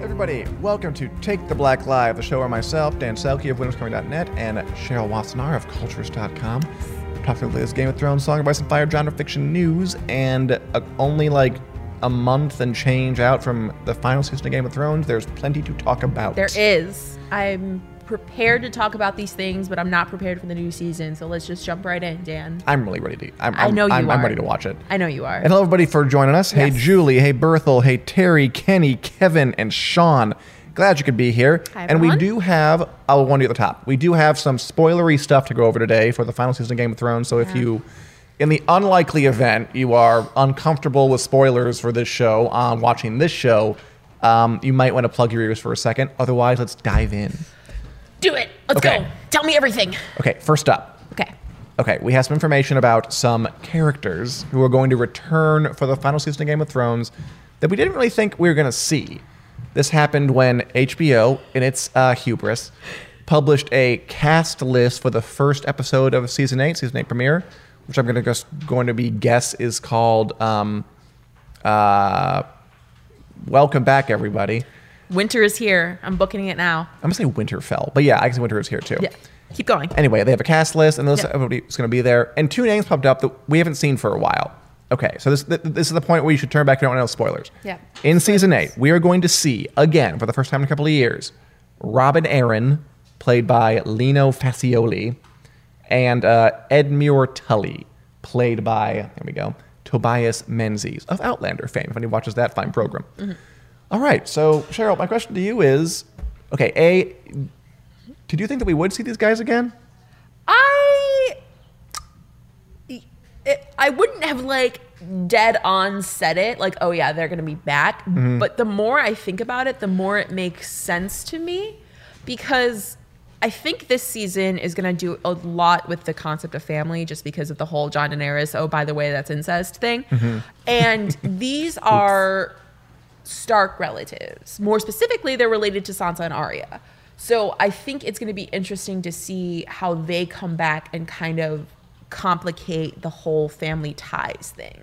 everybody. Welcome to Take the Black Live, the show where myself, Dan Selke of WilliamsComedy.net, and Cheryl Wassenaar of Cultures.com talk about the latest Game of Thrones song, advice, and fire, genre fiction news, and uh, only like a month and change out from the final season of Game of Thrones, there's plenty to talk about. There is. I'm prepared to talk about these things, but I'm not prepared for the new season. So let's just jump right in, Dan. I'm really ready to. I'm, I I'm- know you I'm, I'm are. ready to watch it. I know you are. And hello, everybody, for joining us. Hey, Yes. Julie. Hey, Berthel. Hey, Terry, Kenny, Kevin, and Sean. Glad you could be here. Hi, and we everyone. do have, I'll warn you at the top, we do have some spoilery stuff to go over today for the final season of Game of Thrones. So if you, in the unlikely event you are uncomfortable with spoilers for this show, um, watching this show, um, you might want to plug your ears for a second. Otherwise, let's dive in. Do it. Let's Okay. go. Tell me everything. Okay, first up, Okay. Okay, we have some information about some characters who are going to return for the final season of Game of Thrones that we didn't really think we were going to see. This happened when HBO, in its uh, hubris, published a cast list for the first episode of season eight, season eight premiere, which I'm going to just going to be guess is called um, uh, "Welcome Back, Everybody." Winter is here. I'm booking it now. I'm going to say Winterfell, but yeah, I guess Winter is here too. Yeah. Keep going. Anyway, they have a cast list, and those Yep. everybody's going to be there. And two names popped up that we haven't seen for a while. Okay, so this th- this is the point where you should turn back if you don't want to know spoilers. Yep. In season eight, we are going to see again for the first time in a couple of years, Robin Aaron, played by Lino Fascioli, and uh, Ed Muir Tully, played by there we go, Tobias Menzies of Outlander fame. If anybody watches that fine program. All right, so Cheryl, my question to you is, okay, a, did you think that we would see these guys again? I it, I wouldn't have like dead on said it like oh yeah they're gonna be back but the more I think about it the more it makes sense to me because I think this season is gonna do a lot with the concept of family just because of the whole John and Daenerys oh by the way that's incest thing and these are Stark relatives. More specifically, they're related to Sansa and Arya. So I think it's going to be interesting to see how they come back and kind of complicate the whole family ties thing.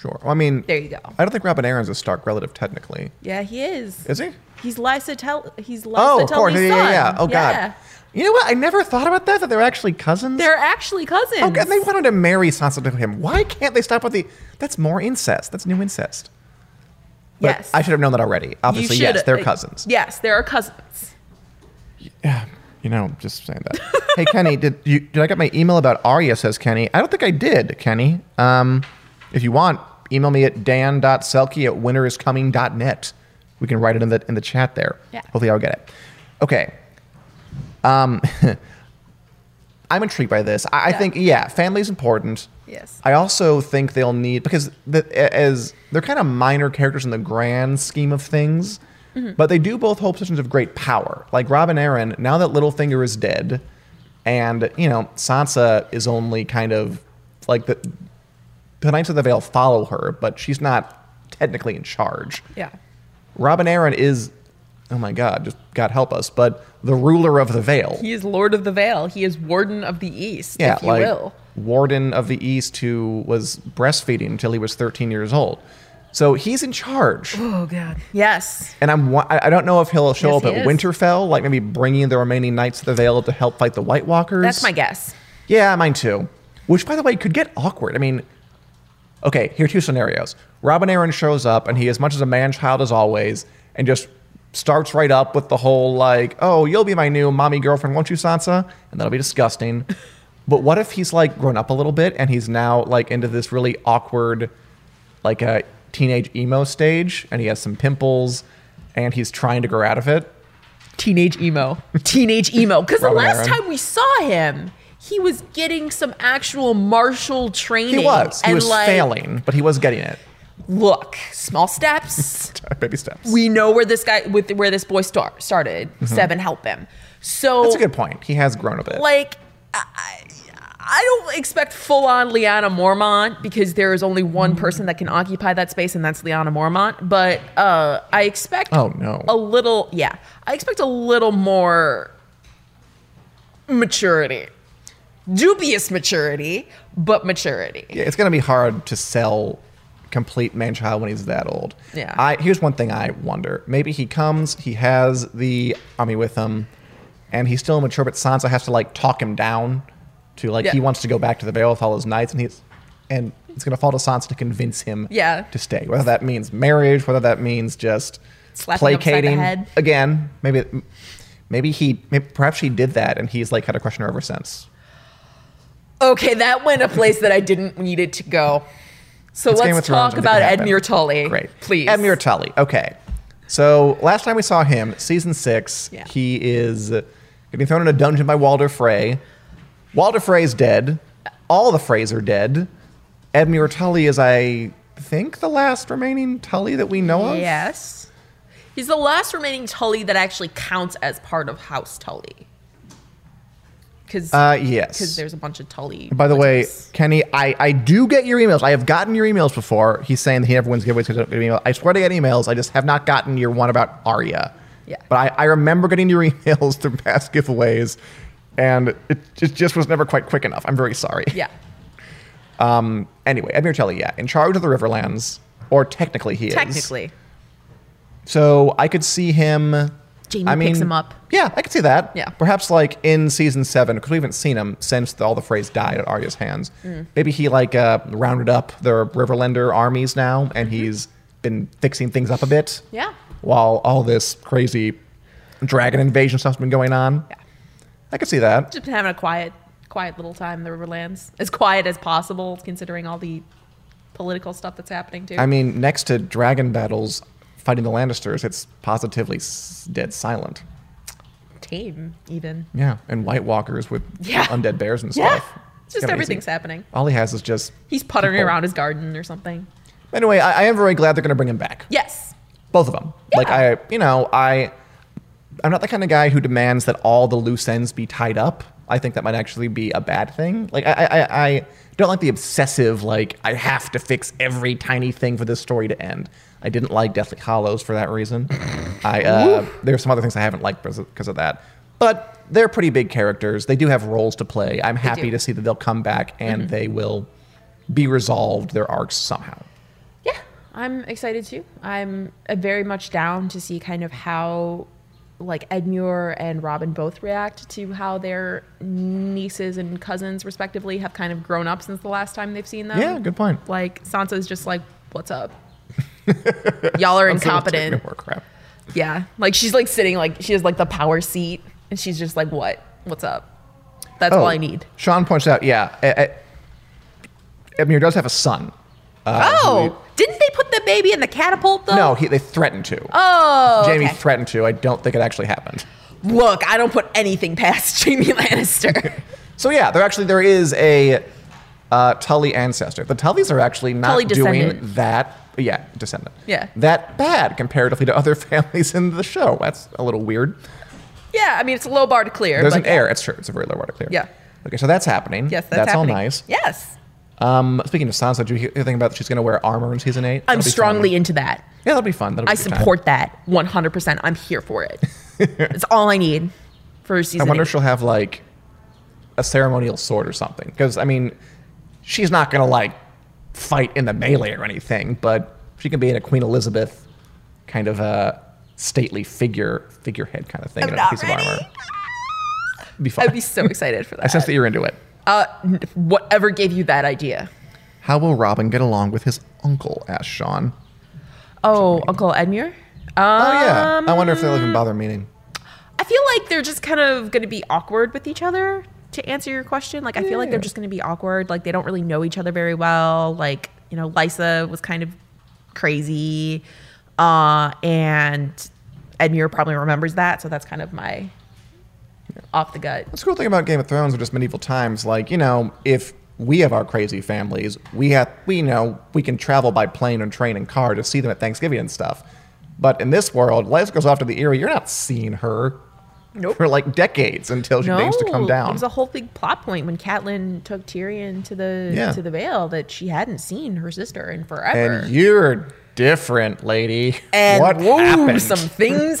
Sure. Well, I mean, There you go. I don't think Robin Aaron's a Stark relative technically. Yeah, he is. Is he? He's Lysa Tell. He's Lysa oh, of course. Yeah, Tully's yeah, yeah. son. Oh, God. Yeah. You know what? I never thought about that, that they're actually cousins. They're actually cousins. Oh, God, they wanted to marry Sansa to him. Why can't they stop with the. That's more incest. That's new incest. But yes. I should have known that already. You Obviously, should- yes, they're uh, cousins. Yes, they are cousins. Yeah. You know, just saying that. hey, Kenny, did you did I get my email about Arya, says Kenny? I don't think I did, Kenny. Um, if you want, email me at dan.selke at winteriscoming.net. We can write it in the in the chat there. Yeah. Hopefully I'll get it. Okay. Um, I'm intrigued by this. I, I Yeah. think, yeah, family's important. Yes. I also think they'll need because the, a- as they're kind of minor characters in the grand scheme of things, but they do both hold positions of great power. Like Robin Aaron, now that Littlefinger is dead, and you know Sansa is only kind of like the the Knights of the Vale follow her, but she's not technically in charge. Yeah. Robin Aaron is, oh my God, just God help us, but the ruler of the Vale. He is Lord of the Vale. He is Warden of the East, Yeah, if you like will. warden of the East who was breastfeeding until he was 13 years old. So he's in charge, Oh, God. Yes. and I'm wa- I I don't know if he'll show Yes, up he at is. Winterfell, like maybe bringing the remaining knights of the Vale to help fight the White Walkers. That's my guess. Yeah, mine too. Which, by the way, could get awkward. I mean, okay, here are two scenarios. Robin Aaron shows up, and he, as much as a man child as always, and just starts right up with the whole, like, oh, you'll be my new mommy girlfriend, won't you, Sansa? And that'll be disgusting. but what if he's, like, grown up a little bit, and he's now, like, into this really awkward, like, a teenage emo stage, and he has some pimples, and he's trying to grow out of it? teenage emo. Teenage emo. Because the Robin last Aaron. time we saw him, he was getting some actual martial training. He was. He and was like, failing, but he was getting it. Look, small steps. Baby steps. we know where this guy with where this boy star, started. Seven, help him. So Mm-hmm. That's a good point. He has grown a bit. like I, I- I don't expect full on Liana Mormont because there is only one person that can occupy that space, and that's Liana Mormont. But uh, I expect Oh, no. a little yeah I expect a little more maturity, dubious maturity, but maturity. Yeah, it's going to be hard to sell complete man child when he's that old. Yeah. I here's one thing I wonder. Maybe he comes, he has the army with him, and he's still immature, but Sansa has to like talk him down to like Yeah. he wants to go back to the Vale with all his knights and he's and it's gonna fall to Sansa to convince him Yeah. to stay. Whether that means marriage, whether that means just Slap him upside the placating head. again. Maybe maybe he maybe, perhaps he did that and he's like had a crush on her ever since. Okay, that went a place that I didn't need it to go. So It's Game of let's Thrones and talk it could about happen. Edmure Tully. Great. Please. Edmure Tully. Okay. So last time we saw him, season six, Yeah. he is getting thrown in a dungeon by Walder Frey. Walder Frey's dead. All the Freys are dead. Edmure Tully is, I think, the last remaining Tully that we know of. Yes. He's the last remaining Tully that actually counts as part of House Tully. Because Uh, yes. there's a bunch of Tully. By the way, relatives. Kenny, I, I do get your emails. I have gotten your emails before. He's saying that he never wins giveaways because I don't get email. I swear to get emails. I just have not gotten your one about Arya. Yeah. But I, I remember getting your emails through past giveaways, and it, it just was never quite quick enough. I'm very sorry. yeah. Anyway, Edmure Tully, yeah, in charge of the Riverlands, or technically he is. Technically. So I could see him. Jamie I mean, picks him up. Yeah, I could see that. Yeah. Perhaps like in season seven, because we haven't seen him since all the Freys died at Arya's hands. Mm. Maybe he like uh, rounded up their Riverlander armies now, and he's been fixing things up a bit. Mm-hmm. Yeah. While all this crazy dragon invasion stuff's been going on. Yeah. I could see that. Just been having a quiet, quiet little time in the Riverlands. As quiet as possible, considering all the political stuff that's happening too. I mean, next to dragon battles fighting the Lannisters, it's positively s- dead silent. Tame, even. Yeah, and White Walkers with Yeah. undead bears and Yeah. stuff. It's just kinda everything's easy. happening. All he has is just. He's puttering People. around his garden or something. Anyway, I, I am very glad they're going to bring him back. Yes. Both of them. Like Yeah. I, you know, I, I'm not the kind of guy who demands that all the loose ends be tied up. I think that might actually be a bad thing. Like I, I, I- I don't like the obsessive. Like I have to fix every tiny thing for this story to end. I didn't like Deathly Hollows for that reason. I uh, there are some other things I haven't liked because of, because of that. But they're pretty big characters. They do have roles to play. I'm happy do. Mm-hmm. to see that they'll come back and they will be resolved their arcs somehow. Yeah, I'm excited too. I'm uh, very much down to see kind of how like Edmure and Robin both react to how their nieces and cousins respectively have kind of grown up since the last time they've seen them. Yeah, good point. Like Sansa's just like, "What's up? Y'all are So let's take incompetent." more crap. Yeah. Like she's like sitting like she has like the power seat and she's just like, "What? What's up?" That's Oh, all I need. Sean points out, yeah, E- E- Edmure does have a son. Uh, oh, who- didn't they put the baby in the catapult though? no, he, they threatened to. Oh, Jamie okay. threatened to. I don't think it actually happened. Look, I don't put anything past Jamie Lannister. So yeah, there actually there is a uh, Tully ancestor. The Tullys are actually not Tully doing descendant. that. Yeah, descendant. Yeah. that bad comparatively to other families in the show. That's a little weird. yeah, I mean it's a low bar to clear. There's but an heir. It's true. It's a very low water clear. Yeah. Okay, so that's happening. Yes, that's, happening. all nice. Yes, Um, speaking of Sansa, did you hear hear anything about she's going to wear armor in season eight? I'm That'll be fun. strongly into that. Yeah, that'll be fun. That'll be I a good time. support that 100. percent I'm here for it. it's all I need for I season. wonder eight. if she'll have like a ceremonial sword or something. Because I mean, she's not gonna like fight in the melee or anything, but she can be in a Queen Elizabeth kind of a stately figure, figurehead kind of thing in a not piece ready. of armor. Be fun. I'd be so excited for I sense that. that you're into it. Uh, n- whatever gave you that idea? How will Robin get along with his uncle? Asked Sean. Oh, Uncle Edmure. Um, Oh yeah, I wonder if they'll even bother meeting. I feel like they're just kind of going to be awkward with each other to answer your question. Like, I feel like they're Yeah. just going to be awkward. Like, they don't really know each other very well. Like, you know, Lysa was kind of crazy. Uh, and Edmure probably remembers that. So that's kind of my off the gut. That's the cool thing about Game of Thrones or just medieval times. Like, you know, if we have our crazy families, we have, we know, we can travel by plane and train and car to see them at Thanksgiving and stuff. But in this world, life goes off to the Erie. You're not seeing her Nope. for like decades until she deigns to come it down. was a whole big plot point when Catelyn took Tyrion to the Yeah. to the Vale that she hadn't seen her sister in forever. and you're different, lady. and what whoa, happened? some things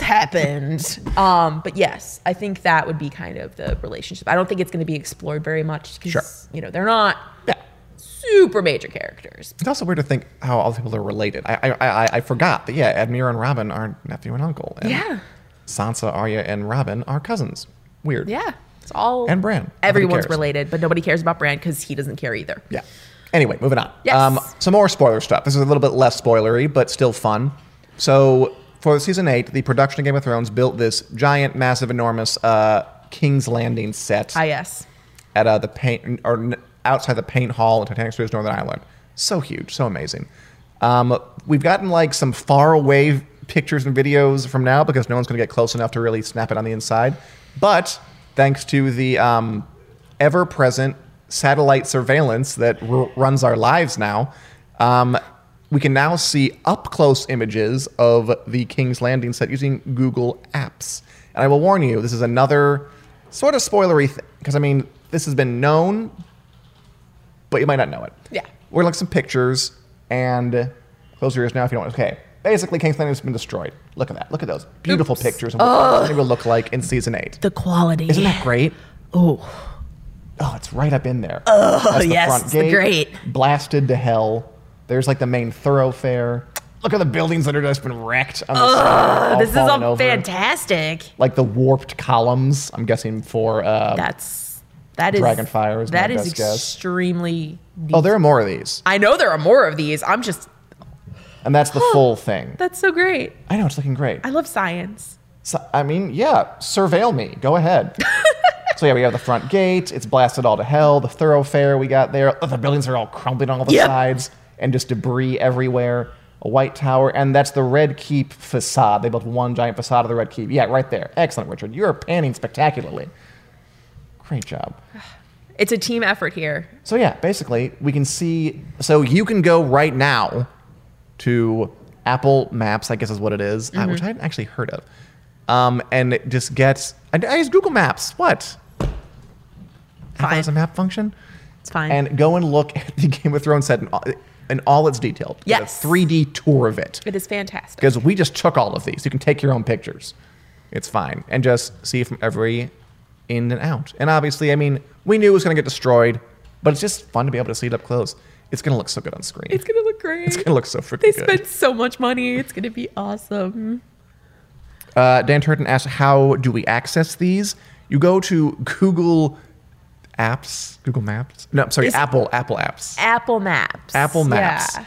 happened. Um, but yes, I think that would be kind of the relationship. I don't think it's going to be explored very much because Sure. you know they're not Yeah. super major characters. It's also weird to think how all the people are related. I I, I, I forgot that yeah, Edmure and Robin are nephew and uncle. And Yeah. Sansa, Arya, and Robin are cousins. Weird. Yeah. It's all And Bran. Nobody Everyone's cares. related, but nobody cares about Bran because he doesn't care either. Yeah. Anyway, moving on. Um, Yes. some more spoiler stuff. This is a little bit less spoilery, but still fun. So for season eight, the production of Game of Thrones built this giant, massive, enormous uh, King's Landing set Ah, yes. at uh, the paint or n- outside the paint hall in Titanic Studios, Northern Ireland. So huge, so amazing. Um, we've gotten like some far away pictures and videos from now because no one's going to get close enough to really snap it on the inside. But thanks to the um, ever present satellite surveillance that r- runs our lives now, um, we can now see up close images of the King's Landing set using Google Apps. And I will warn you, this is another sort of spoilery because I mean this has been known, but you might not know it. Yeah. We're gonna look at some pictures and close your ears now if you don't. Okay. Basically, King's Landing has been destroyed. Look at that. Look at those beautiful Oops. pictures of what it will look like in season eight. The quality. Isn't that great? Oh, Oh, it's right up in there. Oh, yes, it's the great. Blasted to hell. There's like the main thoroughfare. Look at the buildings that are just been wrecked on the side. all this is fallen all over. fantastic. Like the warped columns, I'm guessing for uh, That's that is Dragonfire is my That is best guess. extremely. Oh, there are more of these. I know there are more of these. I'm just And that's the full thing. that's so great. I know, it's looking great. I love science. So, I mean, yeah, surveil me. Go ahead. so, yeah, we have the front gate. It's blasted all to hell. The thoroughfare we got there. Oh, the buildings are all crumbling on all the Yep. sides and just debris everywhere. A white tower. And that's the Red Keep facade. They built one giant facade of the Red Keep. Yeah, right there. Excellent, Richard. You are panning spectacularly. Great job. It's a team effort here. So yeah, basically, we can see. So you can go right now to Apple Maps, I guess is what it is, uh, Mm-hmm. which I hadn't actually heard of, um, and it just gets. I, I use Google Maps. What? Apple Fine. has a map function, It's fine. and go and look at the Game of Thrones set in all, in all its detail. Get a Yes. 3D tour of it it is fantastic. because we just took all of these. You can take your own pictures. It's fine. And just see from every in and out. And obviously, I mean, we knew it was going to get destroyed, but it's just fun to be able to see it up close. It's going to look so good on screen. It's It's, gonna look great. going to look so freaking they good. spent so much money. It's gonna be awesome. Uh, Dan Turton asked, how do we access these? You go to Google Apps, Google Maps. No, I'm sorry, Is- Apple, Apple Apps. Apple Maps. Apple Maps. Yeah.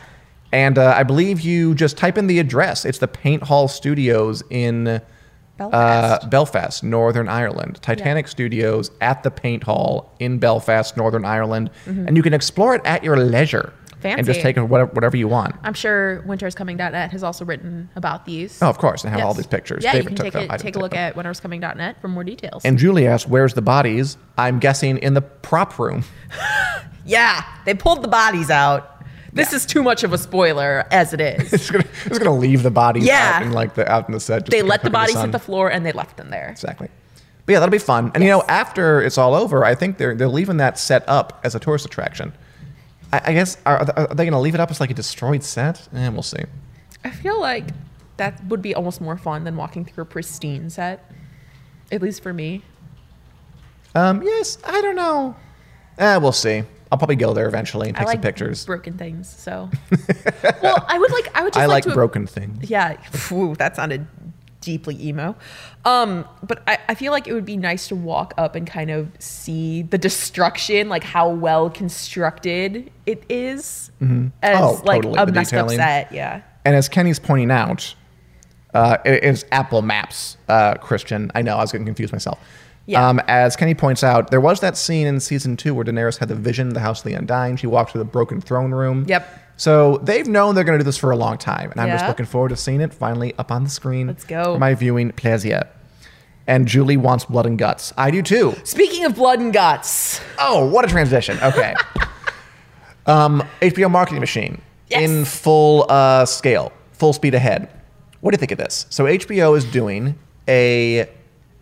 And uh, I believe you just type in the address. It's the Paint Hall Studios in Belfast. Uh, Belfast, Northern Ireland. Titanic Studios at the Paint Hall in Belfast, Northern Ireland. And you can explore it at your leisure. And just Mm-hmm. Fancy. take whatever, whatever you want. I'm sure winterscoming.net has also written about these. Oh, of course. And have all Yes. these pictures. Yeah, David you can took take, them. I a, didn't take a take look them. at winterscoming.net for more details. And Julie asked, where's the bodies? I'm guessing in the prop room. yeah, they pulled the bodies out. This is too much of a spoiler as it is. it's going it's gonna leave the bodies Yeah. out, in, like, the, out in the set. just they to let put the in bodies sun. hit the floor and they left them there. Exactly. But yeah, that'll be fun. And you know, after it's all over, I think they're they're leaving that set up as a tourist attraction. I, I guess are, are they going to leave it up as like a destroyed set? And we'll see. I feel like that would be almost more fun than walking through a pristine set. At least for me. Um, yes, I don't know. Eh, we'll see. I'll probably go there eventually and I take like some pictures. broken things, so. well, I would like I would just I like to broken things. Yeah, phew, that sounded deeply emo. Um, but I, I feel like it would be nice to walk up and kind of see the destruction, like how well constructed it is as Oh, like totally, a the messed detailing. up set. Yeah. And as Kenny's pointing out, uh, it is Apple Maps, uh, Christian. I know, I was getting confused myself. Yeah. Um, as Kenny points out, there was that scene in season two where Daenerys had the vision of the House of the Undying. She walked to the broken throne room. Yep. So they've known they're going to do this for a long time. And I'm just Yeah. looking forward to seeing it finally up on the screen. Let's go. For my viewing pleasure. And Julie wants blood and guts. I do too. Speaking of blood and guts, Oh, what a transition. Okay. um, HBO Marketing Machine Yes. in full uh, scale, full speed ahead. What do you think of this? So, HBO is doing a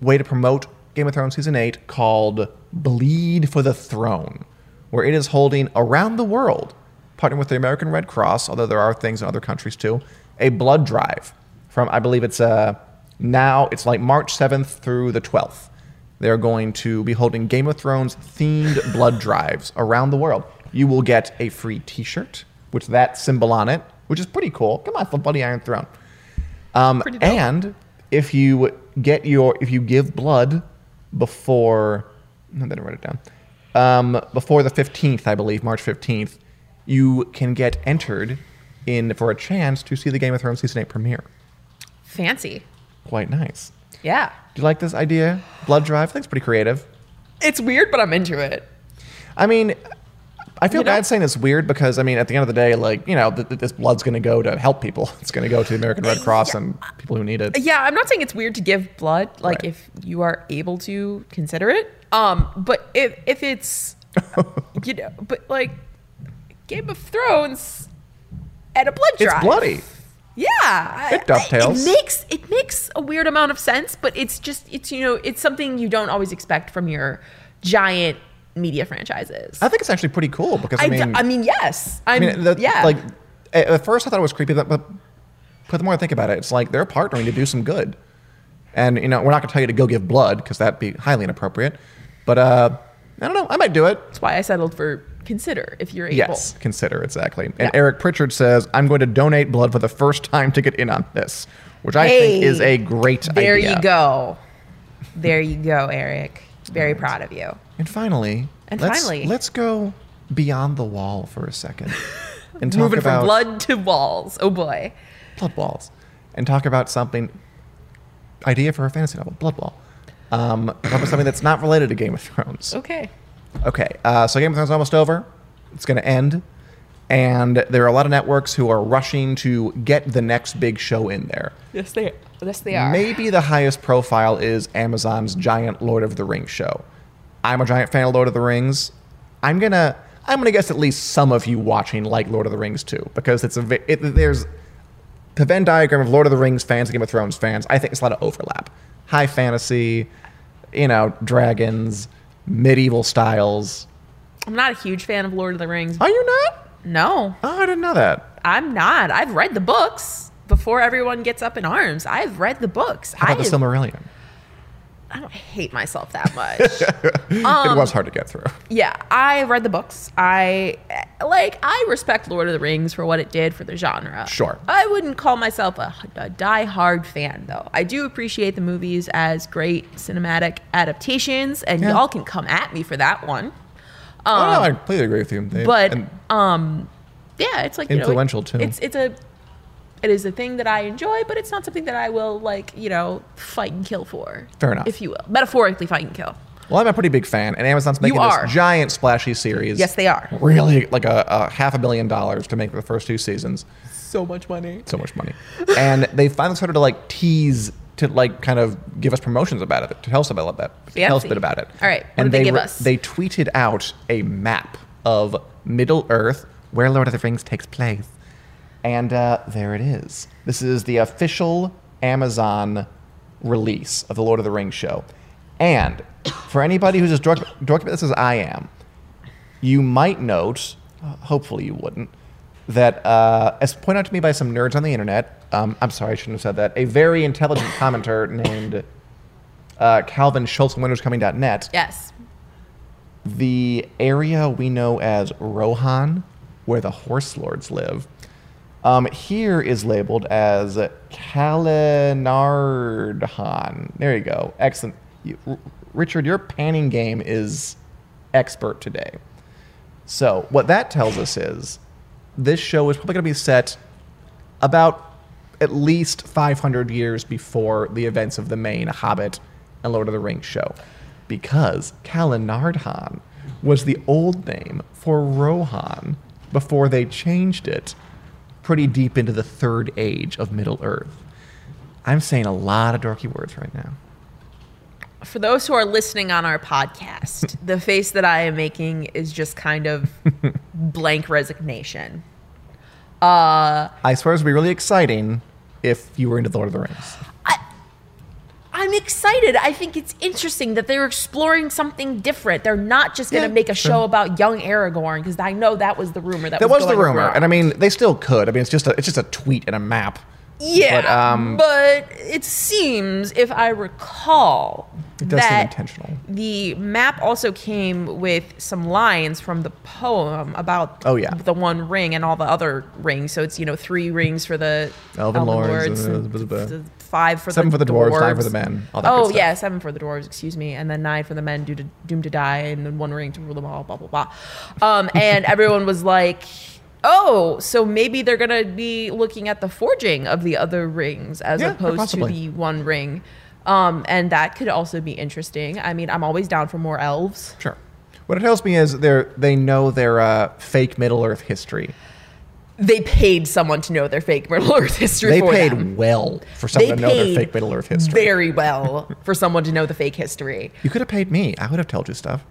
way to promote Game of Thrones Season 8 called Bleed for the Throne, where it is holding around the world, partnering with the American Red Cross, although there are things in other countries too, a blood drive from, I believe it's uh, now, it's like March 7th through the 12th. They're going to be holding Game of Thrones themed blood drives around the world. you will get a free T-shirt with that symbol on it, which is pretty cool. Come on, Bloody Iron Throne. Um, Pretty dope. and if you get your if you give blood before no, I didn't write it down. Um, before the fifteenth, I believe March fifteenth, you can get entered in for a chance to see the Game of Thrones season eight premiere. Fancy. Quite nice. Yeah. Do you like this idea? Blood drive. I think it's pretty creative. It's weird, but I'm into it. I mean, I feel You know- bad saying it's weird because I mean, at the end of the day, like you know, th- th- this blood's going to go to help people. It's going to go to the American Red Cross and people who need it. Yeah, I'm not saying it's weird to give blood, like Right. if you are able to consider it. Um, but if if it's you know, but like Game of Thrones at a blood It's drive. bloody. Yeah, I- It dovetails. I- It makes it makes a weird amount of sense, but it's just it's you know it's something you don't always expect from your giant media franchises. I think it's actually pretty cool because I I d- mean, I mean, yes, I I'm, mean, the, yeah, Like at at first, I thought it was creepy, but, but but the more I think about it, it's like they're partnering to do some good. And you know, we're not going to tell you to go give blood because that'd be highly inappropriate. But uh, I don't know. I might do it. that's why I settled for consider if you're able. Yes, consider exactly. And Yeah. Eric Pritchard says, "I'm going to donate blood for the first time to get in on this," which I think Hey, is a great There idea. you go. There you go, Eric. Very proud of you. And finally, And let's, finally. let's go beyond the wall for a second and talk Moving about from blood to walls. Oh boy. blood walls and talk about something idea for a fantasy novel, blood wall. Um, talk about something that's not related to Game of Thrones. Okay. Okay, uh, so Game of Thrones is almost over. It's going to end. And there are a lot of networks who are rushing to get the next big show in there. Yes, they. Yes, they are. Maybe the highest profile is Amazon's giant Lord of the Rings show. I'm a giant fan of Lord of the Rings. I'm gonna I'm gonna guess at least some of you watching like Lord of the Rings too, because it's a ve- it, there's the Venn diagram of Lord of the Rings fans and Game of Thrones fans. I think it's a lot of overlap. High fantasy, you know, dragons, medieval styles. I'm not a huge fan of Lord of the Rings. Are you not? No, Oh, I didn't know that. I'm not. I've read the books before everyone gets up in arms. I've read the books. How I, about the Silmarillion? I don't hate myself that much. Um, it was hard to get through. yeah, I read the books. I like I respect Lord of the Rings for what it did for the genre. Sure. I wouldn't call myself a, a die-hard fan though. I do appreciate the movies as great cinematic adaptations and Yeah. y'all can come at me for that one. oh, no, I completely agree with you. They- um, But and- um yeah, it's like Influential, you too. know, it- It's it's a it is a thing that I enjoy, but it's not something that I will like, you know, fight and kill for. Fair enough. If you will. Metaphorically fight and kill. Well, I'm a pretty big fan, and Amazon's making are. this giant splashy series. Yes, they are. Really, like a, a half a billion dollars to make the first two seasons. So much money. So much money, and they finally started to like tease to like kind of give us promotions about it, to tell us about that, tell us a Fancy. bit about it. All right, what and did they give re- us? They tweeted out a map of Middle Earth, where Lord of the Rings takes place, and uh, there it is. This is the official Amazon release of the Lord of the Rings show. And for anybody who's as drugged, drugged by this as I am, you might note, uh, hopefully you wouldn't, that uh, as pointed out to me by some nerds on the internet, um, I'm sorry, I shouldn't have said that, a very intelligent commenter named uh, Calvin Schultz from WindowsComing.net, Yes. the area we know as Rohan, where the horse lords live, um, here is labeled as Kalinardhan. There you go. Excellent. You, R- Richard, your panning game is expert today. So, what that tells us is this show is probably going to be set about at least 500 years before the events of the main Hobbit and Lord of the Rings show, because Kalinardhan was the old name for Rohan before they changed it pretty deep into the third age of Middle Earth. I'm saying a lot of dorky words right now. For those who are listening on our podcast, the face that I am making is just kind of blank resignation. Uh, I swear this would be really exciting if you were into Lord of the Rings. I'm excited. I think it's interesting that they're exploring something different. They're not just going to Yeah, make a sure. show about young Aragorn because I know that was the rumor. That, That was the going rumor, around. and I mean, they still could. I mean, it's just a, it's just a tweet and a map. yeah, but, um, but it seems, if I recall, It does seem that intentional. The map also came with some lines from the poem about Oh, yeah. the one ring and all the other rings. So it's you know three rings for the Elven lords, uh, and blah, blah, blah. f- five for Seven for the the dwarves, five for dwarves. the men, all that good Oh stuff. yeah, seven for the dwarves. Excuse me, and then nine for the men, due to, doomed to die, and then one ring to rule them all. Blah blah blah. Um, and everyone was like. Oh, so maybe they're gonna be looking at the forging of the other rings as Yeah, opposed to possibly. the one ring. Um, and that could also be interesting. I mean, I'm always down for more elves. Sure. What it tells me is they they know their uh, fake Middle Earth history. They paid someone to know their fake Middle Earth history. They for paid them. well for someone to know their fake Middle Earth history. very well for someone to know the fake history. You could have paid me. I would have told you stuff.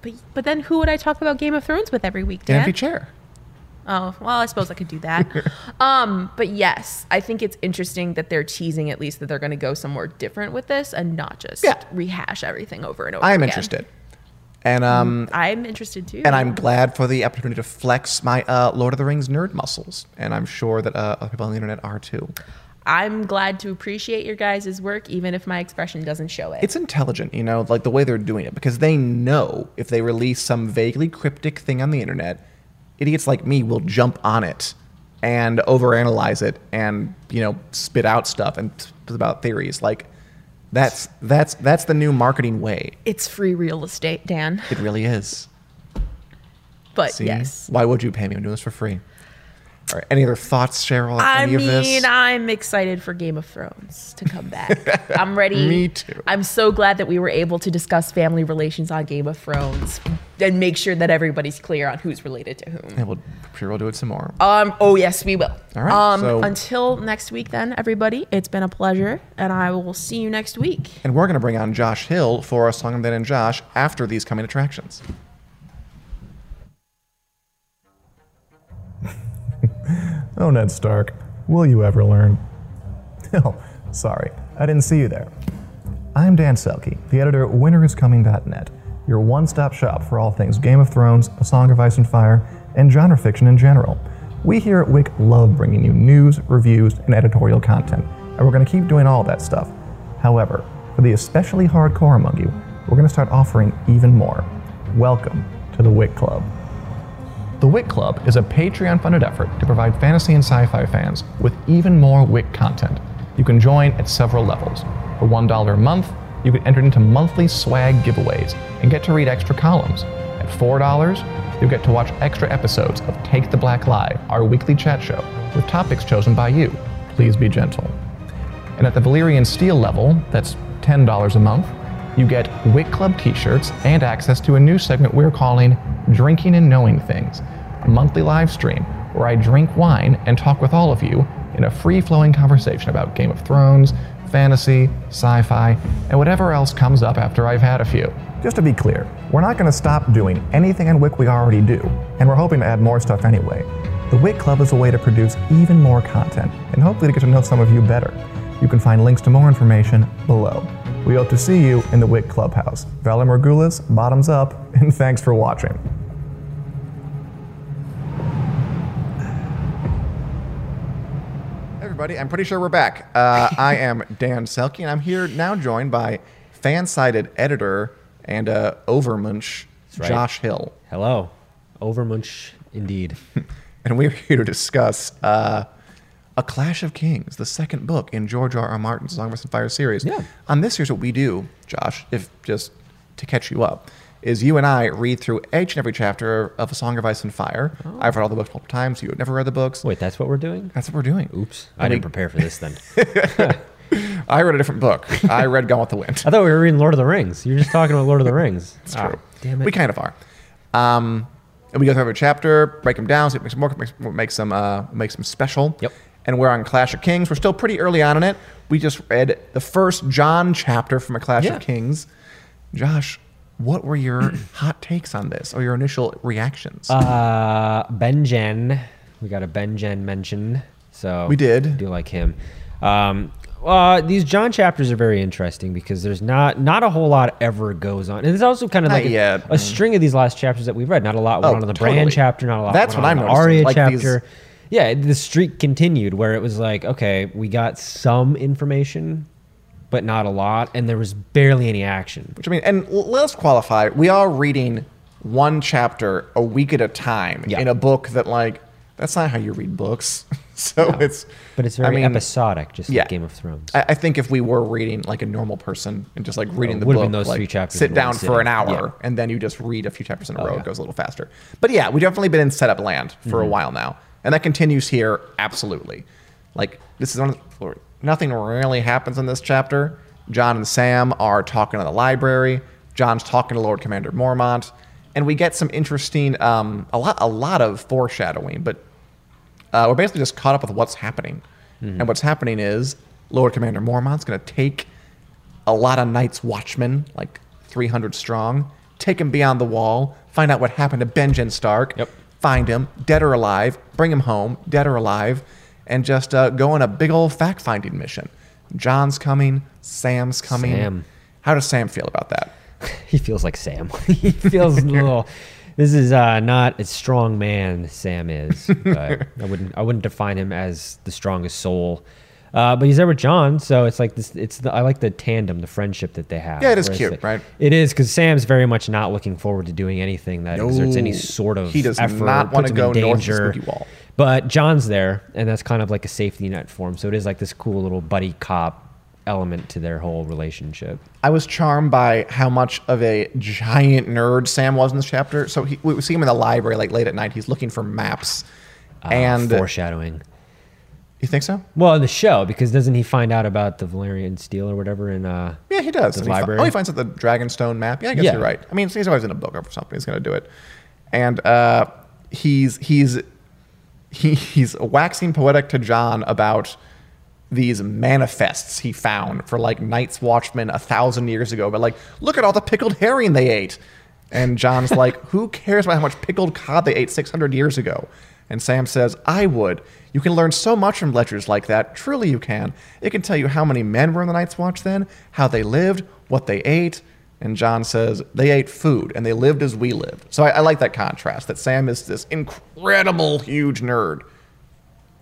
But but then who would I talk about Game of Thrones with every week, An Dan? empty chair. Oh, well, I suppose I could do that. um, but yes, I think it's interesting that they're teasing at least that they're going to go somewhere different with this and not just Yeah. rehash everything over and over. I am again. interested, and um, I'm interested too. and I'm glad for the opportunity to flex my uh, Lord of the Rings nerd muscles, and I'm sure that uh, other people on the internet are too. I'm glad to appreciate your guys' work, even if my expression doesn't show it. It's intelligent, you know, like the way they're doing it, because they know if they release some vaguely cryptic thing on the internet, idiots like me will jump on it and overanalyze it and you know spit out stuff and t- about theories. Like that's that's that's the new marketing way. It's free real estate, Dan. It really is. But See? yes. Why would you pay me? I'm doing this for free. All right. Any other thoughts, Cheryl? on I any of this? mean, I'm excited for Game of Thrones to come back. I'm ready. Me too. I'm so glad that we were able to discuss family relations on Game of Thrones and make sure that everybody's clear on who's related to whom. And we'll sure we'll do it some more. Um, oh yes, we will. All right, Um, so- until next week, then everybody, it's been a pleasure, and I will see you next week. And we're going to bring on Josh Hill for a song and then and Josh after these coming attractions. Oh, Ned Stark, will you ever learn? Oh, sorry, I didn't see you there. I'm Dan Selke, the editor at winteriscoming.net, your one stop shop for all things Game of Thrones, A Song of Ice and Fire, and genre fiction in general. We here at Wick love bringing you news, reviews, and editorial content, and we're going to keep doing all that stuff. However, for the especially hardcore among you, we're going to start offering even more. Welcome to the Wick Club. The Wick Club is a Patreon funded effort to provide fantasy and sci fi fans with even more Wick content. You can join at several levels. For $1 a month, you get entered into monthly swag giveaways and get to read extra columns. At $4, you get to watch extra episodes of Take the Black Live, our weekly chat show, with topics chosen by you. Please be gentle. And at the Valyrian Steel level, that's $10 a month, you get Wick Club t shirts and access to a new segment we're calling Drinking and Knowing Things, a monthly live stream where I drink wine and talk with all of you in a free flowing conversation about Game of Thrones, fantasy, sci fi, and whatever else comes up after I've had a few. Just to be clear, we're not going to stop doing anything on Wick we already do, and we're hoping to add more stuff anyway. The Wick Club is a way to produce even more content and hopefully to get to know some of you better. You can find links to more information below. We hope to see you in the WIC Clubhouse. Valor Morgulis, bottoms up, and thanks for watching. Hey, everybody, I'm pretty sure we're back. Uh, I am Dan Selke, and I'm here now joined by fan-sided editor and uh, overmunch right. Josh Hill, Hello. Overmunch indeed. and we're here to discuss uh, a Clash of Kings, the second book in George R. R. Martin's Song of Ice and Fire series. Yeah. On this, here's what we do, Josh. If just to catch you up, is you and I read through each and every chapter of A Song of Ice and Fire. I've read all the books multiple times. You have never read the books. Oh. Wait, that's what we're doing? That's what we're doing. Oops. I I didn't mean- prepare for this then. I read a different book. I read Gone with the Wind. I thought we were reading Lord of the Rings. You're just talking about Lord of the Rings. It's True. Ah, damn it. We kind of are. Um, and we go through every chapter, break them down, see what makes them work, makes, what makes them uh, makes them special. Yep. And we're on Clash of Kings. We're still pretty early on in it. We just read the first John chapter from a Clash Yeah. of Kings. Josh, what were your hot takes on this or your initial reactions? Uh, Benjen. We got a Benjen mention. So We did. I do like him. Um, uh, these John chapters are very interesting because there's not not a whole lot ever goes on, and there's also kind of Not like a, yet. a string of these last chapters that we've read. Not a lot Oh, went on in the totally. Brand chapter, not a lot. That's went what on in I'm the noticing, Arya like these- chapter. yeah, the streak continued where it was like, okay, we got some information, but not a lot, and there was barely any action. Which I mean, and l- let's qualify. We are reading one chapter a week at a time Yeah. in a book that, like, that's not how you read books. so it's, But it's I very mean, episodic, just yeah. like Game of Thrones. I, I think if we were reading like a normal person and just like reading the Uh, would've book, been those like, three chapters sit in down one for an sitting. Oh, hour and then you just read a few chapters in a row. yeah. Mm-hmm. It goes a little faster. But yeah, we've definitely been in setup land for a while now, and that continues here absolutely. Like this is one of the, nothing really happens in this chapter. John and Sam are talking in the library. John's talking to Lord Commander Mormont, and we get some interesting, um, a lot, a lot of foreshadowing, but uh, we're basically just caught up with what's happening. Mm-hmm. And what's happening is Lord Commander Mormont's going to take a lot of Knights Watchmen, like 300 strong, take him beyond the wall, find out what happened to Benjen Stark, Yep. find him, dead or alive, bring him home, dead or alive, and just uh, go on a big old fact finding mission. John's coming, Sam's coming. Sam. How does Sam feel about that? he feels like Sam. he feels a little. This is uh, not a strong man. Sam is. But I wouldn't. I wouldn't define him as the strongest soul. Uh, but he's there with John, so it's like this. It's the, I like the tandem, the friendship that they have. Yeah, it is where it's cute, like- right? It is because Sam's very much not looking forward to doing anything that exerts any No. sort of He does effort, not puts wanna him in go north of danger. Spooky Wall. But John's there, and that's kind of like a safety net for him. So it is like this cool little buddy cop element to their whole relationship. I was charmed by how much of a giant nerd Sam was in this chapter. So he, we see him in the library like late at night. He's looking for maps, Uh, and foreshadowing. you think so? Well, in the show, because doesn't he find out about the Valerian Steel or whatever? And uh, Yeah, he does. The And he fi- library? oh, he finds out the Dragonstone map. Yeah, I guess Yeah. you're right. I mean, he's always in a book or something. He's gonna do it, and uh, he's he's he, he's waxing poetic to John about these manifests he found for like Night's Watchmen a thousand years ago. But like, look at all the pickled herring they ate. And John's like, who cares about how much pickled cod they ate 600 years ago? And Sam says, I would. You can learn so much from ledgers like that. Truly, you can. It can tell you how many men were in the Night's Watch then, how they lived, what they ate. And John says, they ate food and they lived as we lived. So I, I like that contrast that Sam is this incredible, huge nerd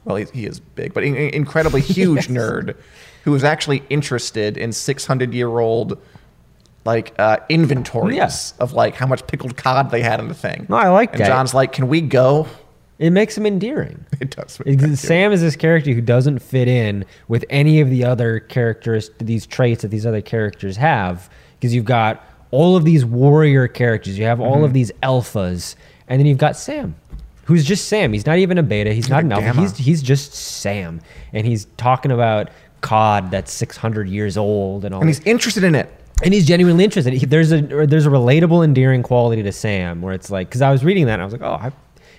well, he, he is big, but in, in- incredibly huge nerd who is actually interested in 600 year old like uh, inventories Yeah. of like how much pickled cod they had in the thing. No, I like and that. John's like, can we go? it makes him endearing. It does. make Ex- that cute. Sam is this character who doesn't fit in with any of the other characters, these traits that these other characters have, because you've got all of these warrior characters, you have all of these alphas, and then you've got Sam, who's just Sam. He's not even a beta, he's not a an alpha, gamma. he's, he's just Sam. And he's talking about cod that's 600 years old and all And this. he's interested in it. and he's genuinely interested. He, there's a or there's a relatable, endearing quality to Sam where it's like because I was reading that and I was like, oh, I,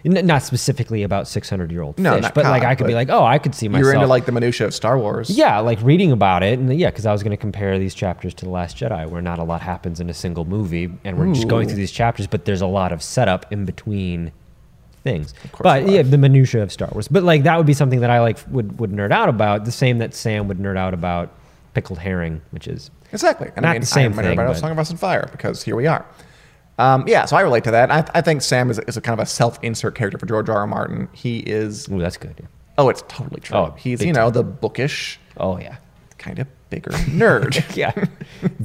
n- not specifically about 600 year old No, fish, not but like cod, I could be but like, oh, I could see myself. You're into like the minutia of Star Wars. yeah, like reading about it, and yeah, because I was going to compare these chapters to the Last Jedi, where not a lot happens in a single movie, and we're just going Ooh. through these chapters, but there's a lot of setup in between things. course But there yeah, the minutia of Star Wars. But like that would be something that I like would would nerd out about, the same that Sam would nerd out about pickled herring, which is Exactly. And I Not mean, the same Iron Man, thing, everybody else but- talking about some fire because here we are. Um, yeah, so I relate to that. I, I think Sam is, is a kind of a self-insert character for George R. R. Martin. He is. ooh, that's good. yeah. Oh, it's totally true. Oh, He's big you know the bookish, Oh yeah. kind of bigger nerd. yeah.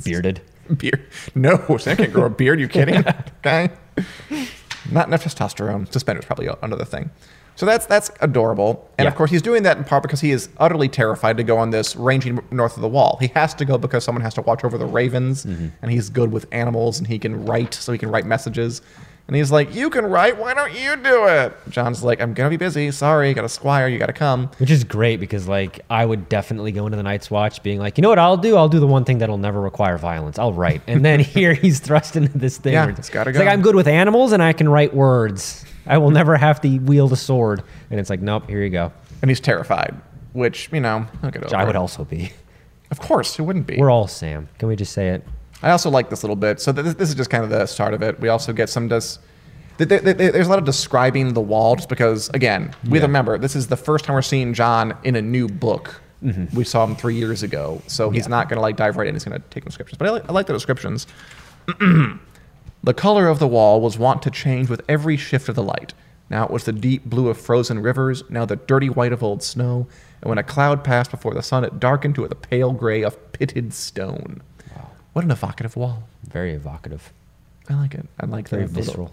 Bearded. beard. No, Sam can't grow a beard. You kidding? okay. Not enough testosterone. Suspender's probably another thing. So that's that's adorable. And of Yeah. course, he's doing that in part because he is utterly terrified to go on this ranging north of the wall. He has to go because someone has to watch over the ravens, Mm-hmm. and he's good with animals, and he can write, so he can write messages. And he's like, "You can write. Why don't you do it?" John's like, "I'm gonna be busy. Sorry, got a squire. You got to come." Which is great because like I would definitely go into the Night's Watch being like, you know what I'll do? I'll do the one thing that'll never require violence. I'll write. And then here he's thrust into this thing. Yeah, where it's gotta it's like go. I'm good with animals and I can write words. I will never have to wield a sword. And it's like, nope, here you go. And he's terrified, which you know, I'll get Which over. I would it. also be. Of course, who wouldn't be? We're all Sam. Can we just say it? I also like this little bit. So th- this is just kind of the start of it. We also get some dis- th- th- th- there's a lot of describing the wall just because again we have to remember this is the first time we're seeing John in a new book. We saw him three years ago, so he's not going to like dive right in. He's going to take descriptions, but I, li- I like the descriptions. The color of the wall was wont to change with every shift of the light. Now it was the deep blue of frozen rivers, now the dirty white of old snow, and when a cloud passed before the sun, it darkened to the pale gray of pitted stone. What an evocative wall. Very evocative. I like it. I like Very the the little- visceral.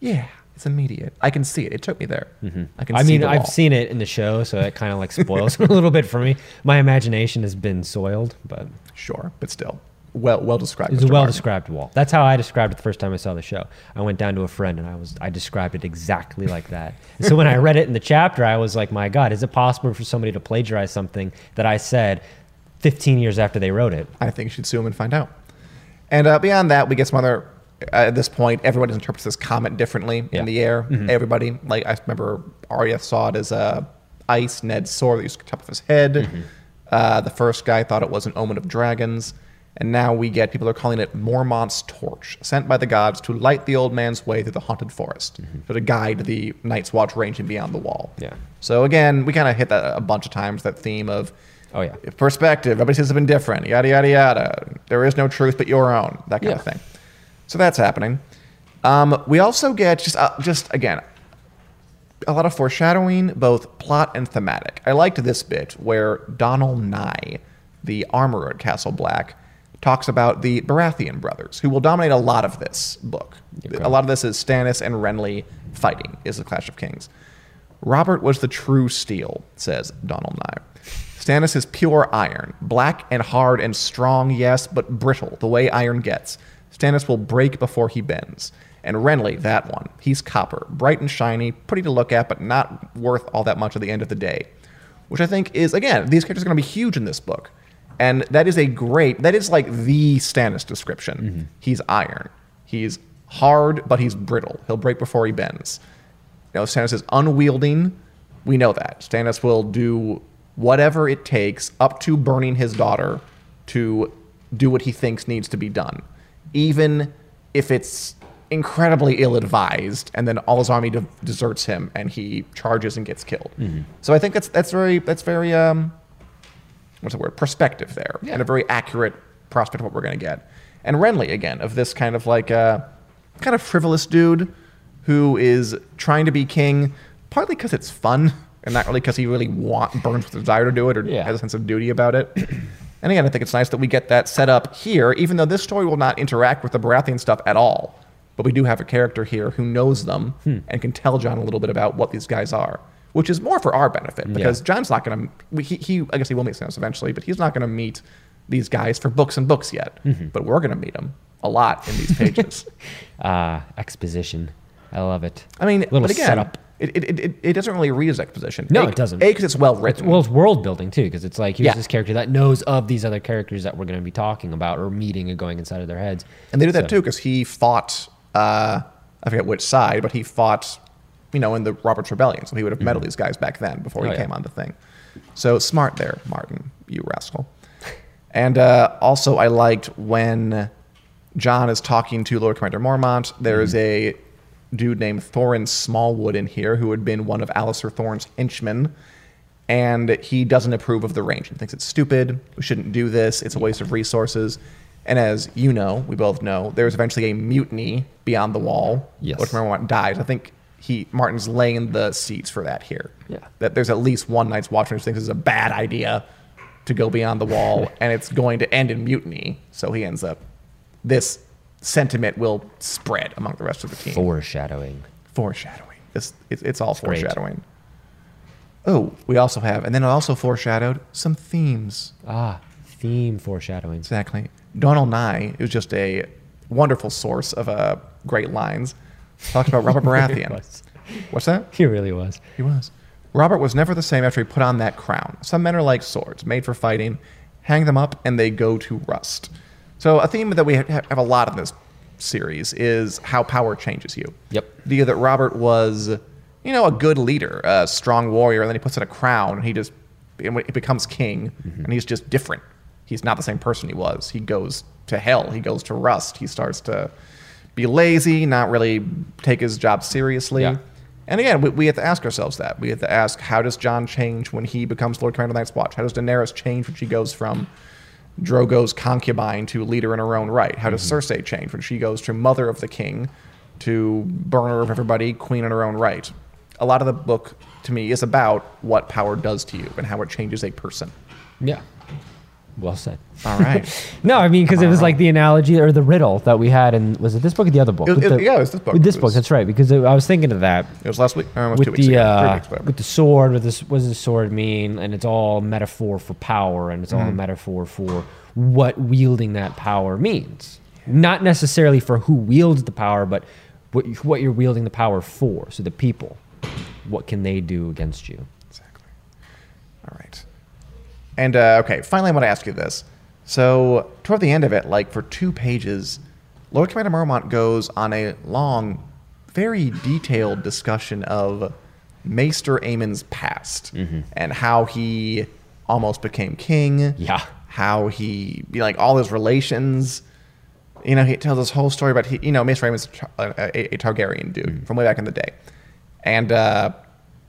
Yeah, it's immediate. I can see it. It took me there. I can. Mm-hmm. I see mean, the I've wall. seen it in the show, so it kind of like spoils a little bit for me. My imagination has been soiled, but Sure, but still, well, well described. it's a Mr. well Martin. described wall. That's how I described it the first time I saw the show. I went down to a friend and I was I described it exactly like that. And so when I read it in the chapter, I was like, my God, is it possible for somebody to plagiarize something that I said 15 years after they wrote it? I think you should sue him and find out. And uh, beyond that, we get some other. Uh, at this point, everyone interprets this comment differently Yeah. Mm-hmm. in the air. Everybody, like I remember, Arya saw it as a ice Ned's sword that used to top of his head. Mm-hmm. Uh, the first guy thought it was an omen of dragons, and now we get people are calling it Mormont's torch, sent by the gods to light the old man's way through the haunted forest, so to guide the Night's Watch range and beyond the wall. Mm-hmm. Yeah. So again, we kind of hit that a bunch of times. That theme of Oh, yeah. perspective. Everybody says something different. Yada yada yada. There is no truth but your own. That kind of Yeah. thing. So that's happening. Um, we also get just uh, just again a lot of foreshadowing, both plot and thematic. I liked this bit where Donald Nye, the armorer at Castle Black, talks about the Baratheon brothers, who will dominate a lot of this book. Okay. A lot of this is Stannis and Renly fighting, is the Clash of Kings. Robert was the true steel, says Donald Nye. Stannis is pure iron, black and hard and strong, yes, but brittle, the way iron gets. Stannis will break before he bends. And Renly, that one, he's copper, bright and shiny, pretty to look at, but not worth all that much at the end of the day. Which I think is, again, these characters are going to be huge in this book. And that is a great, that is like the Stannis description. He's iron. He's hard, but he's brittle. He'll break before he bends. You know, Stannis is unwielding. We know that. Stannis will do whatever it takes, up to burning his daughter, to do what he thinks needs to be done, even if it's incredibly ill advised. And then all his army de- deserts him, and he charges and gets killed. So I think that's that's very that's very um, what's the word perspective there and a very accurate prospect of what we're going to get and renly again of this kind of like uh, kind of frivolous dude who is trying to be king partly because it's fun and not really because he really want burns with desire to do it or Yeah. has a sense of duty about it and again i think it's nice that we get that set up here even though this story will not interact with the baratheon stuff at all but we do have a character here who knows them Hmm. and can tell john a little bit about what these guys are which is more for our benefit because John's not going to. He, he, I guess he will meet Thanos eventually, but he's not going to meet these guys for books and books yet. Mm-hmm. But we're going to meet him a lot in these pages. Uh, exposition. I love it. I mean, little but again, setup. It, it, it, it doesn't really read as exposition. No, A- it doesn't. A because it's well written. Well, it's world building too, because it's like here's Yeah. this character that knows of these other characters that we're going to be talking about or meeting and going inside of their heads. and they do that So- too because he fought. Uh, I forget which side, but he fought. You know, in the Robert's Rebellion, so he would have met all these guys back then before Mm-hmm. Oh, he yeah. came on the thing. So smart there, Martin, you rascal. And uh, also, I liked when John is talking to Lord Commander Mormont. There is Mm-hmm. a dude named Thorin Smallwood in here who had been one of Alistair Thorne's henchmen, and he doesn't approve of the range and thinks it's stupid. We shouldn't do this. It's a waste of resources. And as you know, we both know, there's eventually a mutiny beyond the wall. Yes. Lord Commander Mormont dies. I think he Martin's laying the seeds for that here Yeah. that there's at least one Night's Watchman who thinks it's a bad idea to go beyond the wall and it's going to end in mutiny. So he ends up, this sentiment will spread among the rest of the team. foreshadowing. Foreshadowing. It's, it's, it's all great. foreshadowing. Oh, we also have, and then it also foreshadowed some themes. Ah, theme foreshadowing. Exactly. Donald Nye is just a wonderful source of uh, great lines. Talked about Robert Baratheon. was. What's that? He really was. He was. Robert was never the same after he put on that crown. Some men are like swords, made for fighting. Hang them up and they go to rust. So, a theme that we ha- have a lot in this series is how power changes you. Yep. The idea that Robert was, you know, a good leader, a strong warrior, and then he puts on a crown and he just and when he becomes king and he's just different. He's not the same person he was. He goes to hell, he goes to rust, he starts to be lazy, not really take his job seriously. Yeah. And again, we, we have to ask ourselves that. We have to ask, how does John change when he becomes Lord Commander of the Night's Watch? How does Daenerys change when she goes from Drogo's concubine to leader in her own right? How does Mm-hmm. Cersei change when she goes to mother of the king to burner of everybody, queen in her own right? a lot of the book to me is about what power does to you and how it changes a person. Yeah. Well said. All right. No, I mean because it was like the analogy or the riddle that we had in was it this book or the other book? It- With it- the- yeah, it was this book. With this It book, was- that's right. Because it, I was thinking of that it was last week. Uh, it was two with weeks the ago. Three uh, weeks, whatever. with the sword. With this, what does the sword mean? And it's all metaphor for power, and it's Mm-hmm. all a metaphor for what wielding that power means. Not necessarily for who wields the power, but what you- what you're wielding the power for. So the people, what can they do against you? Exactly. All right. And uh, okay, finally, I want to ask you this. So toward the end of it, like for two pages, Lord Commander Mormont goes on a long, very detailed discussion of Maester Aemon's past and how he almost became king. Yeah. How he you know, like all his relations. You know, he tells this whole story about he. You know, Maester Aemon's a, Tar- a, a Targaryen dude from way back in the day, and uh,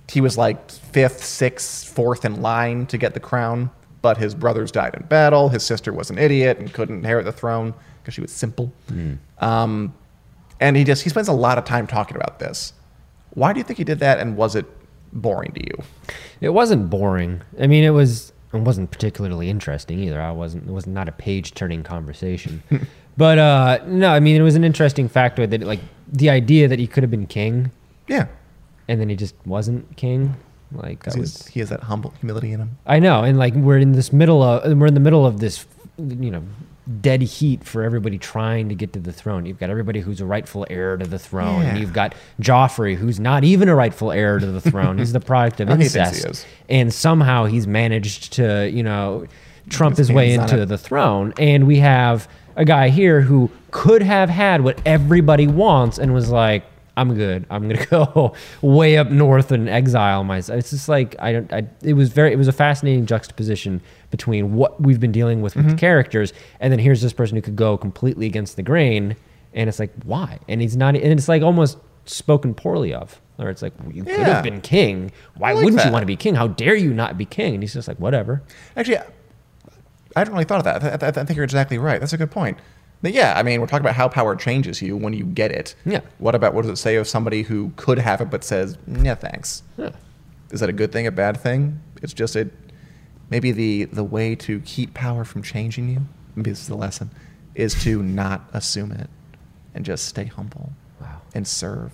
he was like fifth, sixth, fourth in line to get the crown, but his brothers died in battle. His sister was an idiot and couldn't inherit the throne because she was simple. Um, and he just he spends a lot of time talking about this. Why do you think he did that, and was it boring to you? It wasn't boring. I mean, it was it wasn't particularly interesting either. I wasn't it was not a page turning conversation. but uh no, I mean it was an interesting factor that like the idea that he could have been king Yeah, and then he just wasn't king. Like that because was he has that humble humility in him. I know, and like we're in this middle of and we're in the middle of this, you know, dead heat for everybody trying to get to the throne. You've got everybody who's a rightful heir to the throne, and Yeah. you've got Joffrey who's not even a rightful heir to the throne. he's the product of Oh, he thinks he incest, is. and somehow he's managed to, you know, trump His his way hands on into it. the throne. And we have a guy here who could have had what everybody wants and was like. I'm good. I'm gonna go way up north and exile myself. It's just like I don't. I, it was very. It was a fascinating juxtaposition between what we've been dealing with Mm-hmm. with the characters, and then here's this person who could go completely against the grain, and it's like why? And he's not. And it's like almost spoken poorly of, or it's like well, you could Yeah. have been king. Why I like wouldn't that. you want to be king? How dare you not be king? And he's just like whatever. Actually, I- I hadn't really thought of that. I, th- I, th- I think you're exactly right. That's a good point. But yeah, I mean, we're talking about how power changes you when you get it. Yeah. What about what does it say of somebody who could have it but says, "Yeah, thanks." Is that a good thing? A bad thing? It's just it. Maybe the the way to keep power from changing you. Maybe this is the lesson: is to not assume it and just stay humble Wow. and serve.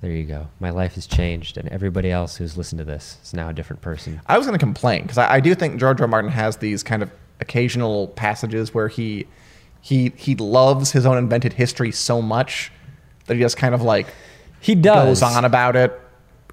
There you go. My life has changed, and everybody else who's listened to this is now a different person. I was going to complain because I, I do think George R. R. Martin has these kind of occasional passages where he he he loves his own invented history so much that he just kind of like He does. goes on about it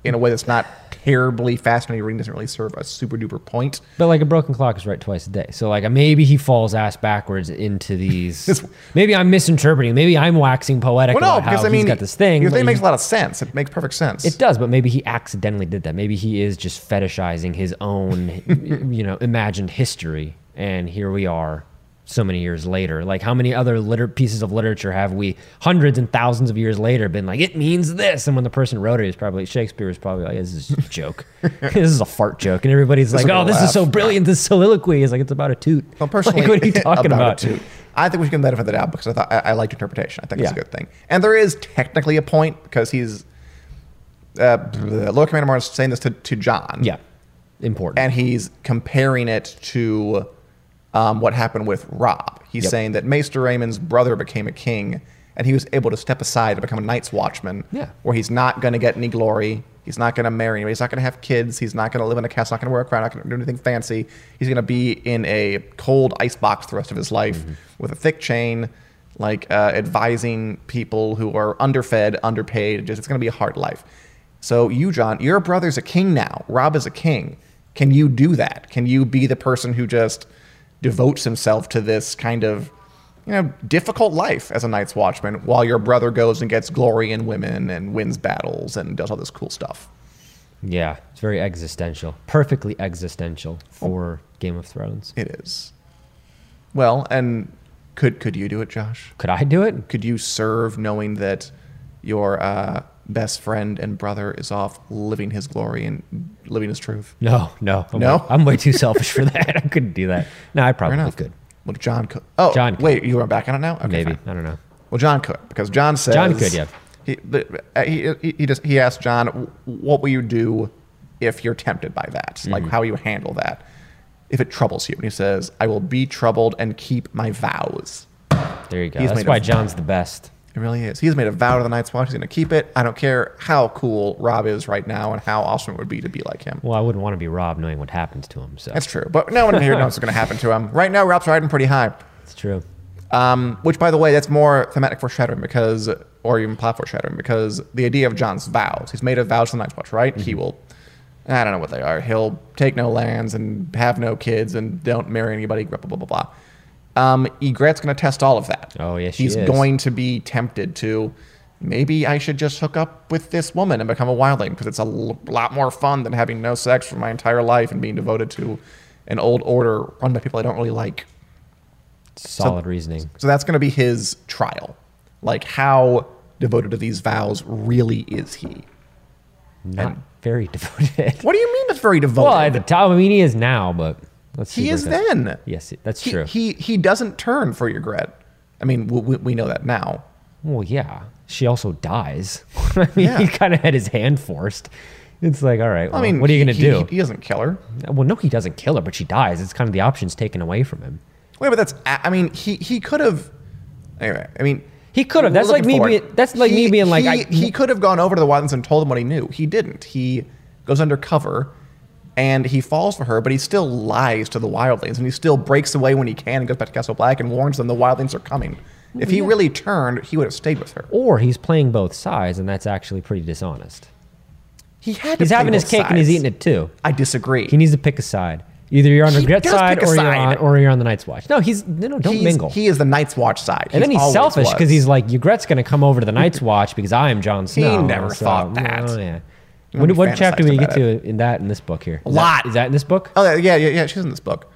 in a way that's not terribly fascinating. Reading doesn't really serve a super duper point. But like a broken clock is right twice a day. So like maybe he falls ass backwards into these. It's- maybe I'm misinterpreting. Maybe I'm waxing poetic Well, no, about because how I mean, he's got this thing. Your but thing he- makes a lot of sense. It makes perfect sense. it does, but maybe he accidentally did that. Maybe he is just fetishizing his own, you know, imagined history. And here we are, so many years later. Like how many other liter- pieces of literature have we, hundreds and thousands of years later, been like it means this? And when the person wrote it, it's probably Shakespeare was probably like, "This is a joke. this is a fart joke." And everybody's This like, will "Oh, be a this is so laugh." brilliant! This soliloquy is like it's about a toot." Well, personally, like, what are you talking a about? toot. I think we should give him the benefit of the doubt because I thought I, I liked interpretation. I think it's a Yeah. good thing. And there is technically a point because he's uh, Lord Commander Morris saying this to, to John. Yeah, important. and he's comparing it to um, what happened with Rob. He's Yep. saying that Maester Raymond's brother became a king, and he was able to step aside to become a Night's Watchman. Yeah. where he's not going to get any glory. He's not going to marry anybody. He's not going to have kids. He's not going to live in a castle. Not going to wear a crown. Not going to do anything fancy. He's going to be in a cold ice box the rest of his life with a thick chain, like uh, advising people who are underfed, underpaid. Just it's going to be a hard life. So you, John, your brother's a king now. Rob is a king. Can you do that? Can you be the person who just devotes himself to this kind of you know, difficult life as a Night's Watchman while your brother goes and gets glory and women and wins battles and does all this cool stuff. yeah, it's very existential. Perfectly existential Oh. for Game of Thrones. It is. Well, and could could you do it, Josh? Could I do it? Could you serve knowing that your uh, best friend and brother is off living his glory and living his truth? No, no, I'm No? Way, I'm way too selfish for that. I couldn't do that. No, I Fair probably enough. could. Well, John could. Oh, John John could. wait, you are back on it now? Okay, Maybe fine. I don't know. Well, John could because John says John could, yeah. He He, the, uh, he, he, he just he asked John, "W- "What will you do if you're tempted by that? Like, how you handle that if it troubles you?" And he says, "I will be troubled and keep my vows." There you go. He's That's made why of- John's the best. It really is. He's made a vow to the Night's Watch. He's going to keep it. I don't care how cool Rob is right now and how awesome it would be to be like him. Well, I wouldn't want to be Rob knowing what happens to him. So That's true. But no one here knows what's going to happen to him. Right now, Rob's riding pretty high. it's true. Um, which, by the way, that's more thematic foreshadowing because, or even plot foreshadowing, because the idea of John's vows. He's made a vows to the Night's Watch, right? He Mm-hmm. will, I don't know what they are. He'll take no lands and have no kids and don't marry anybody, blah, blah, blah, blah, blah. Um, Egret's going to test all of that. Oh, yes, she He's is. going to be tempted to, maybe I should just hook up with this woman and become a wildling because it's a l- lot more fun than having no sex for my entire life and being devoted to an old order run by people I don't really like. Solid reasoning. So that's going to be his trial. Like, how devoted to these vows really is he? Not very devoted. What do you mean that's very devoted? well, at the time, I mean, he is now, but let's see. he where is it goes. then. Yes, it- that's he, true. He, he doesn't turn for regret. I mean, we, we, we know that now. Well, yeah. She also dies. I mean, Yeah. he kind of had his hand forced. It's like, all right, well, I mean, what are you he- going to he- do? He, doesn't kill her. well, no, he doesn't kill her, but she dies. It's kind of the options taken away from him. Wait, but that's. I I mean, he, he could have. Anyway, I mean. He could have. we're That's like looking me forward. being- that's like me being like, He, I- he could have gone over to the Wildlands and told them what he knew. He didn't. He goes undercover and he falls for her, but he still lies to the Wildlings and he still breaks away when he can and goes back to Castle Black and warns them the Wildlings are coming. If he really turned, he would have stayed with her. Or he's playing both sides, and that's actually pretty dishonest. He had. To He's play having his both cake and he's sides. eating it too. I disagree. He needs to pick a side. Either you're on the He regret does side, pick a or you're on, side. or you're on the Night's Watch. No, he's no, no don't He's- mingle. He is the Night's Watch side. and then he's always selfish was. because he's like, Ygrette's going to come over to the Night's Watch because I am Jon Snow. never thought that. Oh, yeah. Let What, me what chapter fantasize do we get about to in that in this book here? A lot. Is that in this book? Oh yeah, yeah, yeah, yeah. She's in this book.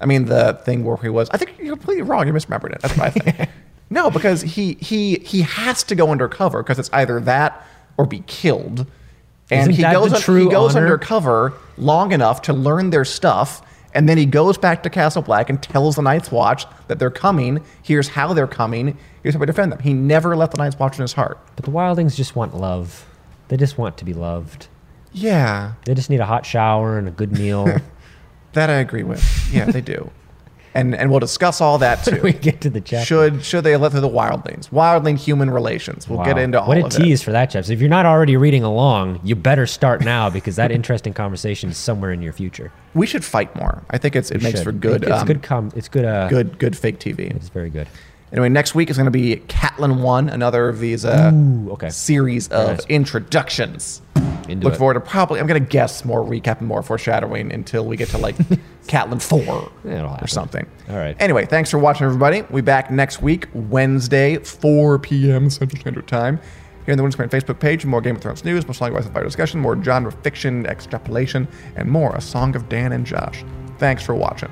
I mean, the thing where he was. I think you're completely wrong. You misremembered it. That's my thing. no, because he he he has to go undercover because it's either that or be killed. And Isn't he that goes the un- true he goes honor? undercover long enough to learn their stuff, and then he goes back to Castle Black and tells the Night's Watch that they're coming. Here's how they're coming. Here's how we defend them. He never left the Night's Watch in his heart. But the Wildlings just want love. They just want to be loved. Yeah, They just need a hot shower and a good meal. that I agree with. Yeah, they do. And and we'll discuss all that too. we get to the chapter. Should should they let through the wildlings? Wildling human relations. We'll get Wow. into all what of a it. tease for that chapter. So if you're not already reading along, you better start now because that interesting conversation is somewhere in your future. We should fight more. I think it's it makes Should. for good It's um, good. Com- it's good. Uh, good good fake TV. It's very good. Anyway, next week is going to be Catlin One, another of these uh, Ooh, okay. series of nice. introductions. Into Look it. forward to probably. I'm going to guess more recap and more foreshadowing until we get to like Catlin Four It'll happen. or something. All right. Anyway, thanks for watching, everybody. We'll be back next week, Wednesday, 4 p.m. Central Standard Time. Here on the Windscreen Facebook page, more Game of Thrones news, more Song of Ice and Fire discussion, more genre fiction extrapolation, and more A Song of Dan and Josh. Thanks for watching.